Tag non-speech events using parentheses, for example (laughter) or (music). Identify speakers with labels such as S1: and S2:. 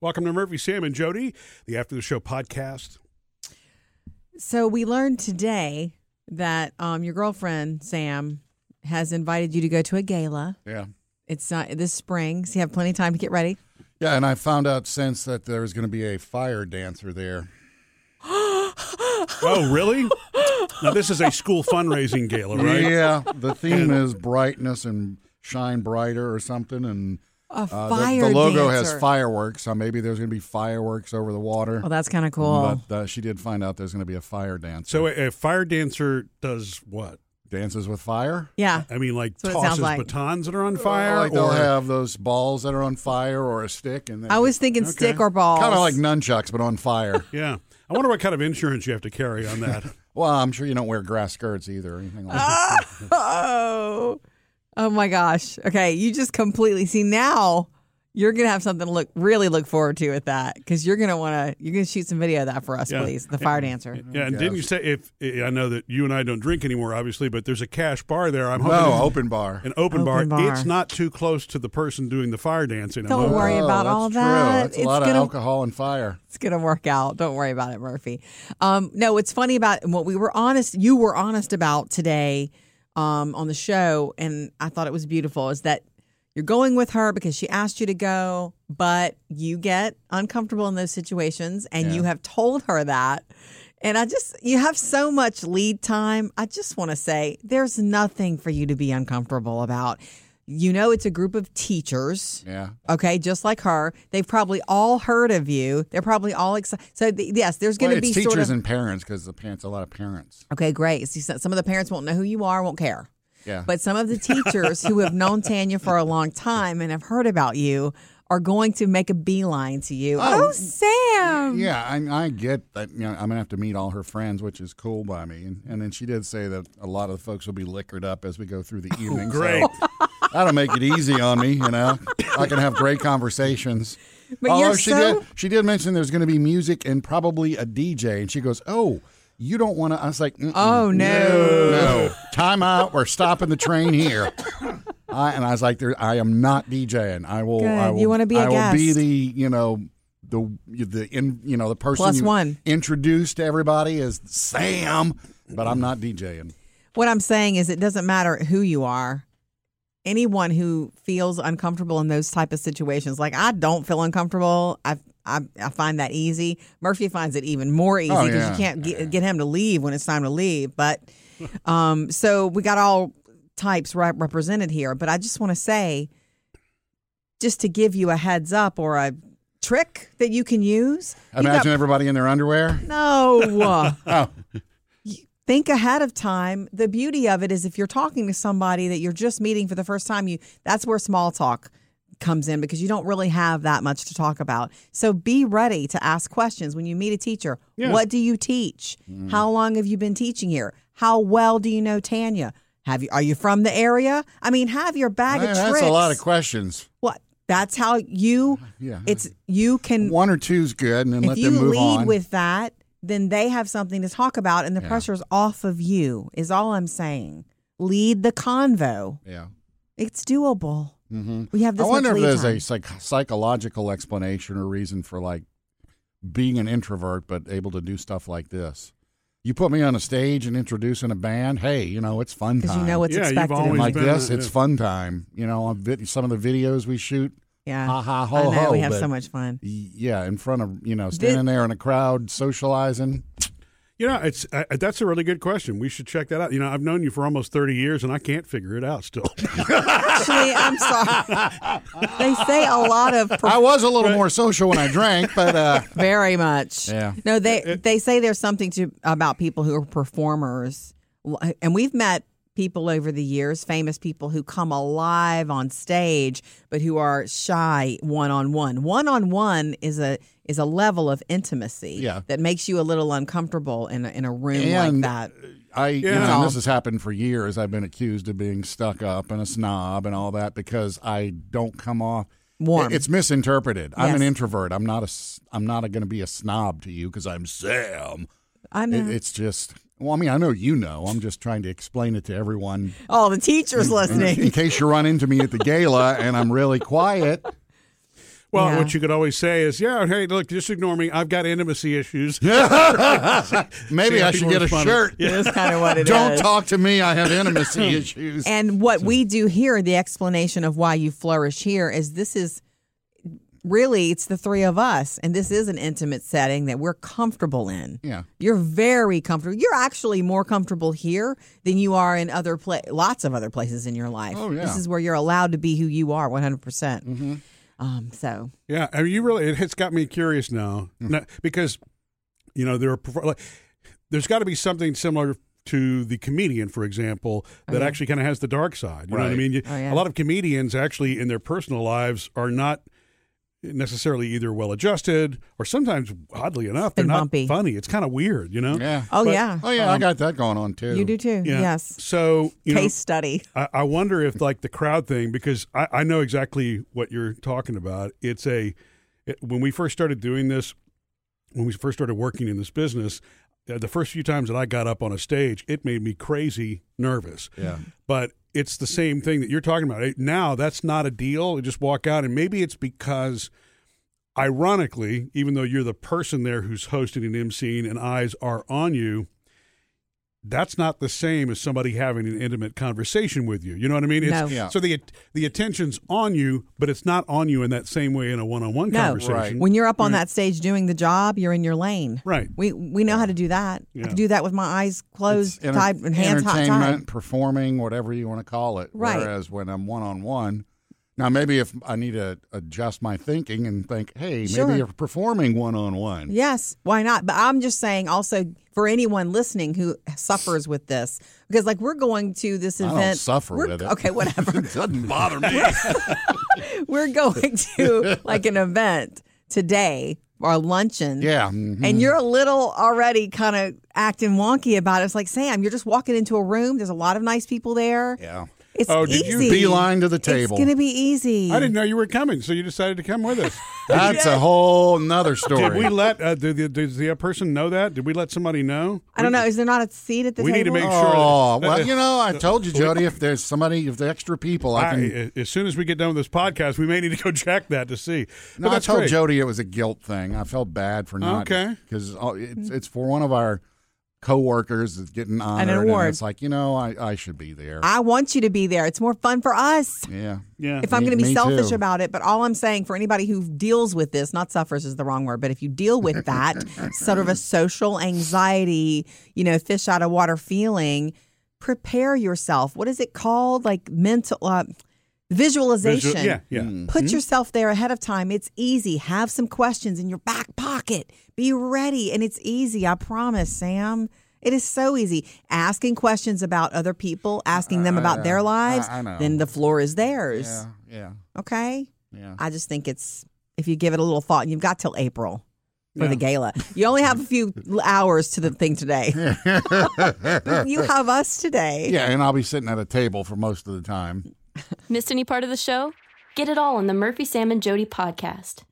S1: Welcome to Murphy, Sam, and Jody, the After the Show podcast.
S2: So we learned today that um, your girlfriend Sam has invited you to go to a gala.
S3: Yeah.
S2: It's uh, this spring, so you have plenty of time to get ready.
S3: Yeah, and I found out since that there was going to be a fire dancer there.
S1: Oh,
S2: (laughs)
S1: really? now, this is a school fundraising gala, right?
S3: Yeah,
S1: (laughs)
S3: the theme is brightness and shine brighter or something. And
S2: A
S3: uh, the-
S2: fire.
S3: the, logo
S2: dancer.
S3: has fireworks, so maybe there's going to be fireworks over the water.
S2: Oh, that's kind of cool.
S3: But uh, she did find out there's going to be a fire dancer.
S1: So, a, a fire dancer does what?
S3: dances with fire.
S2: yeah.
S1: I mean, like
S2: That's what it sounds
S1: tosses
S2: like.
S1: batons that are on fire,
S3: like they'll
S1: or
S3: have those balls that are on fire or a stick, and
S2: I was thinking stick or balls.
S3: kind
S2: (laughs)
S3: of like nunchucks but on fire. (laughs)
S1: yeah. I wonder what kind of insurance you have to carry on that.
S3: well, I'm sure you don't wear grass skirts either or anything like
S1: Ah!
S3: that.
S2: oh, oh my gosh. Okay, you just completely see now. You're gonna have something to look really look forward to with that because you're gonna want to. You're gonna shoot some video of that for us,
S1: Yeah.
S2: please. The fire dancer.
S1: yeah, and didn't you say if eh, I know that you and I don't drink anymore, obviously, but there's a cash bar there. I'm hoping
S3: No,
S1: it's
S3: open bar.
S1: an open,
S2: Open
S1: bar.
S2: bar.
S1: It's not too close to the person doing the fire dancing. I'm
S2: Don't
S1: hoping.
S2: worry about
S3: Oh, that's
S2: all
S3: true.
S2: that.
S3: That's a
S2: It's
S3: lot of
S2: gonna-
S3: alcohol and fire.
S2: It's gonna work out. Don't worry about it, Murphy. Um, no, it's funny about what we were honest. You were honest about today um, on the show, and I thought it was beautiful. Is that you're going with her because she asked you to go, but you get uncomfortable in those situations, and you have told her that. And I just, you have so much lead time. I just want to say there's nothing for you to be uncomfortable about. You know, it's a group of teachers
S3: Yeah.
S2: okay, just like her. They've probably all heard of you. They're probably all excited. So the, yes, there's going
S3: Well,
S2: to
S3: it's
S2: be
S3: teachers
S2: sort of
S3: and parents because the parents, a lot of parents.
S2: okay, great. So some some of the parents won't know who you are, won't care.
S3: Yeah.
S2: But some of the teachers who have known Tanya for a long time and have heard about you are going to make a beeline to you. Oh,
S3: Oh,
S2: Sam.
S3: yeah, I, I get that. You know, I'm gonna have to meet all her friends, which is cool by me. And, and then she did say that a lot of the folks will be liquored up as we go through
S2: Oh,
S3: the evening. so
S1: Great.
S3: (laughs) that'll make it easy on me. You know, I can have great conversations.
S2: But
S3: Although
S2: you're
S3: she
S2: so-
S3: did, she did mention there's going to be music and probably a DJ, and she goes, "Oh, you don't want to?" I was like, "Mm-mm,
S2: Oh, no.
S3: no, time out. We're stopping the train here." (laughs) I, and I was like, there, "I am not DJing. I will. I
S2: Good.
S3: will
S2: You wanna be a
S3: I will be
S2: guest.
S3: the you know the the in you know the person
S2: Plus
S3: you
S2: one.
S3: introduced to everybody as Sam, but I'm not DJing.
S2: What I'm saying is, it doesn't matter who you are. Anyone who feels uncomfortable in those type of situations, like I don't feel uncomfortable. I I, I find that easy. Murphy finds it even more easy because
S3: Oh, yeah.
S2: you can't get, get him to leave when it's time to leave. But
S3: (laughs)
S2: um, so we got all types right represented here. But I just want to say, just to give you a heads up or a trick that you can use. you got
S3: Imagine everybody in their underwear.
S2: (laughs)
S3: (laughs)
S2: no.
S3: Oh.
S2: You Think ahead of time. The beauty of it is if you're talking to somebody that you're just meeting for the first time, you that's where small talk comes in because you don't really have that much to talk about. So be ready to ask questions when you meet a teacher. What do you teach?
S3: Mm.
S2: How long have you been teaching here? How well do you know Tanya? Have you are you from the area? I mean, have your bag
S3: Yeah,
S2: of
S3: that's
S2: tricks.
S3: a lot of Oh questions.
S2: what that's how you
S3: Yeah.
S2: it's you can
S3: One or two's good, and then
S2: if
S3: let
S2: you
S3: them move
S2: lead
S3: on.
S2: with that, then they have something to talk about, and the pressure's off of you. Is all I'm saying. Lead the convo.
S3: yeah.
S2: It's doable. Mm-hmm. We have this.
S3: I wonder
S2: much
S3: if
S2: lead
S3: there's
S2: time.
S3: a psych- psychological explanation or reason for like being an introvert but able to do stuff like this. You put me on a stage and introducing a band. Hey, you know it's fun
S2: because
S3: time.
S2: you know what's
S1: Yeah, you've
S2: expected. of
S1: always
S3: And
S2: you.
S3: like
S1: been
S3: this,
S1: a-
S3: it's fun time. You know, on vid- some of the videos we shoot.
S2: yeah,
S3: ha ha ho
S2: Uh, I know
S3: ho.
S2: we have
S3: but
S2: so much fun.
S3: y- Yeah, in front of you know, standing there in a crowd, socializing.
S1: You know, it's uh, that's a really good question. We should check that out. You know, I've known you for almost thirty years, and I can't figure it out still. (laughs)
S2: Actually, I'm sorry.
S3: (laughs)
S2: they say a lot of
S3: I was a little more social when I drank, but
S2: (laughs)
S3: uh,
S2: Very much.
S3: (laughs) Yeah.
S2: No, they they say there's something to about people who are performers, and we've met people over the years, famous people who come alive on stage, but who are shy one on one. One on one is a is a level of intimacy
S3: Yeah.
S2: that makes you a little uncomfortable in a, in a room
S3: And-
S2: like that.
S3: I, you
S1: Yeah.
S3: know, and this has happened for years. I've been accused of being stuck up and a snob and all that because I don't come off
S2: Warm.
S3: It's misinterpreted. I'm an
S2: Yes.
S3: introvert. I'm not a. s- I'm not going to be a snob to you because I'm Sam.
S2: I know.
S3: It, it's just. Well, I mean, I know you know. I'm just trying to explain it to everyone
S2: oh, the teachers
S3: in (laughs)
S2: listening.
S3: case you run into me at the gala and I'm really quiet.
S1: Well,
S2: Yeah.
S1: what you could always say is, yeah, hey, look, just ignore me. I've got intimacy issues.
S3: Maybe
S1: how
S3: I
S1: people
S3: should get a
S1: responded.
S3: shirt.
S2: That's kind of what it
S3: Don't
S2: is.
S3: talk to me. I have
S2: (laughs)
S3: intimacy issues.
S2: And what we do here, the explanation of why you flourish here is this is really it's the three of us, and this is an intimate setting that we're comfortable in.
S3: yeah.
S2: You're very comfortable. You're actually more comfortable here than you are in other pla- lots of other places in your life.
S3: Oh, yeah.
S2: This is where you're allowed to be who you are 100%. percent Um, so,
S1: Yeah, I mean, you really it, it's got me curious now
S2: Hmm.
S1: No, because you know there are perfor- like, there's got to be something similar to the comedian, for example, that actually kind of has the dark side. You know what I
S3: Right.
S1: mean? You,
S2: Uh-huh. Oh, yeah.
S1: A lot of comedians actually in their personal lives are not necessarily either well adjusted or sometimes oddly enough they're
S2: And
S1: not
S2: bumpy.
S1: funny. It's kind of weird, you know.
S3: Yeah.
S2: oh,
S1: But-
S2: yeah.
S3: Oh, yeah. I got that going on, too.
S2: You do too.
S1: Yeah.
S2: Yes.
S1: So you know,
S2: Case study.
S1: I, I wonder if like the crowd thing because I, I know exactly what you're talking about. It's a it, when we first started doing this, when we first started working in this business, uh, the first few times that I got up on a stage, it made me crazy nervous.
S3: Yeah.
S1: But it's the same thing that you're talking about It- now. That's not a deal. You just walk out, and maybe it's because. Ironically, even though you're the person there who's hosting and emceeing and eyes are on you, that's not the same as somebody having an intimate conversation with you. You know what I mean? It's,
S2: No.
S3: Yeah.
S1: So the the attention's on you, but it's not on you in that same way in a one-on-one
S2: No.
S1: conversation.
S2: When you're up on that stage doing the job, you're in your lane.
S1: Right.
S2: We we know how to do that. I
S1: Yeah.
S2: can do that with my eyes closed,
S3: Enter-
S2: tied, and hands hot
S3: entertainment,
S2: tied.
S3: performing, whatever you want to call it.
S2: Right.
S3: Whereas when I'm one on one, now maybe if I need to adjust my thinking and think, hey,
S2: Sure.
S3: maybe you're performing one on one.
S2: Yes, why not? But I'm just saying also for anyone listening who suffers with this, because like we're going to this
S3: I
S2: event.
S3: don't suffer
S2: we're-
S3: with it.
S2: Okay, whatever.
S3: (laughs) It doesn't bother me.
S2: (laughs) we're going to like an event today, our luncheon.
S3: yeah. mhm.
S2: And you're a little already kind of acting wonky about it. It's like, Sam, you're just walking into a room. There's a lot of nice people there. (laughs)
S3: Yeah.
S2: It's
S1: Oh,
S2: easy.
S1: did you
S3: Beeline to the
S2: It's
S3: table.
S2: going to be easy.
S1: I didn't know you were coming, so you decided to come with us.
S3: That's a whole nother story.
S1: Did we let uh, did, the, did the person know that? Did we let somebody know?
S2: I don't know. Is there not a seat at the
S1: We
S2: table?
S1: need to make sure. (laughs)
S3: Oh,
S1: that-
S3: well, you know, I told you, Jody, if there's somebody, if there's extra people, I can.
S1: I, as soon as we get done with this podcast, we may need to go (laughs) check that to see.
S3: no,
S1: but
S3: I
S1: that's
S3: told
S1: great.
S3: Jody it was a guilt thing. I felt bad for not.
S1: Okay.
S3: Because oh, it's, it's for one of our coworkers that's getting honored.
S2: award.
S3: And it's like, you know, I, I should be there.
S2: I want you to be there. It's more fun for us.
S3: yeah.
S1: Yeah.
S2: If I'm
S3: Me-
S2: going to be
S3: me
S2: selfish
S3: too.
S2: about it, but all I'm saying for anybody who deals with this, not suffers is the wrong word, but if you deal with that sort
S3: (laughs)
S2: of a social anxiety, you know, fish out of water feeling, prepare yourself. What is it called? Like mental uh, visualization.
S1: Visual- yeah,
S3: Mm.
S1: yeah.
S3: Mm-hmm.
S2: Put yourself there ahead of time. It's easy. Have some questions in your back pocket. Be ready. And it's easy. I promise, Sam. It is so easy. Asking questions about other people, asking them about their lives,
S3: Uh, I- I know.
S2: then the floor is theirs.
S3: Yeah. Yeah.
S2: Okay?
S3: Yeah.
S2: I just think it's, if you give it a little thought, you've got till April for
S1: Yeah.
S2: the gala. You only have a few hours to the thing today. (laughs) you have us today.
S3: (laughs) Yeah. And I'll be sitting at a table for most of the time.
S4: Missed any part of the show? Get it all on the Murphy, Sam, and Jody podcast.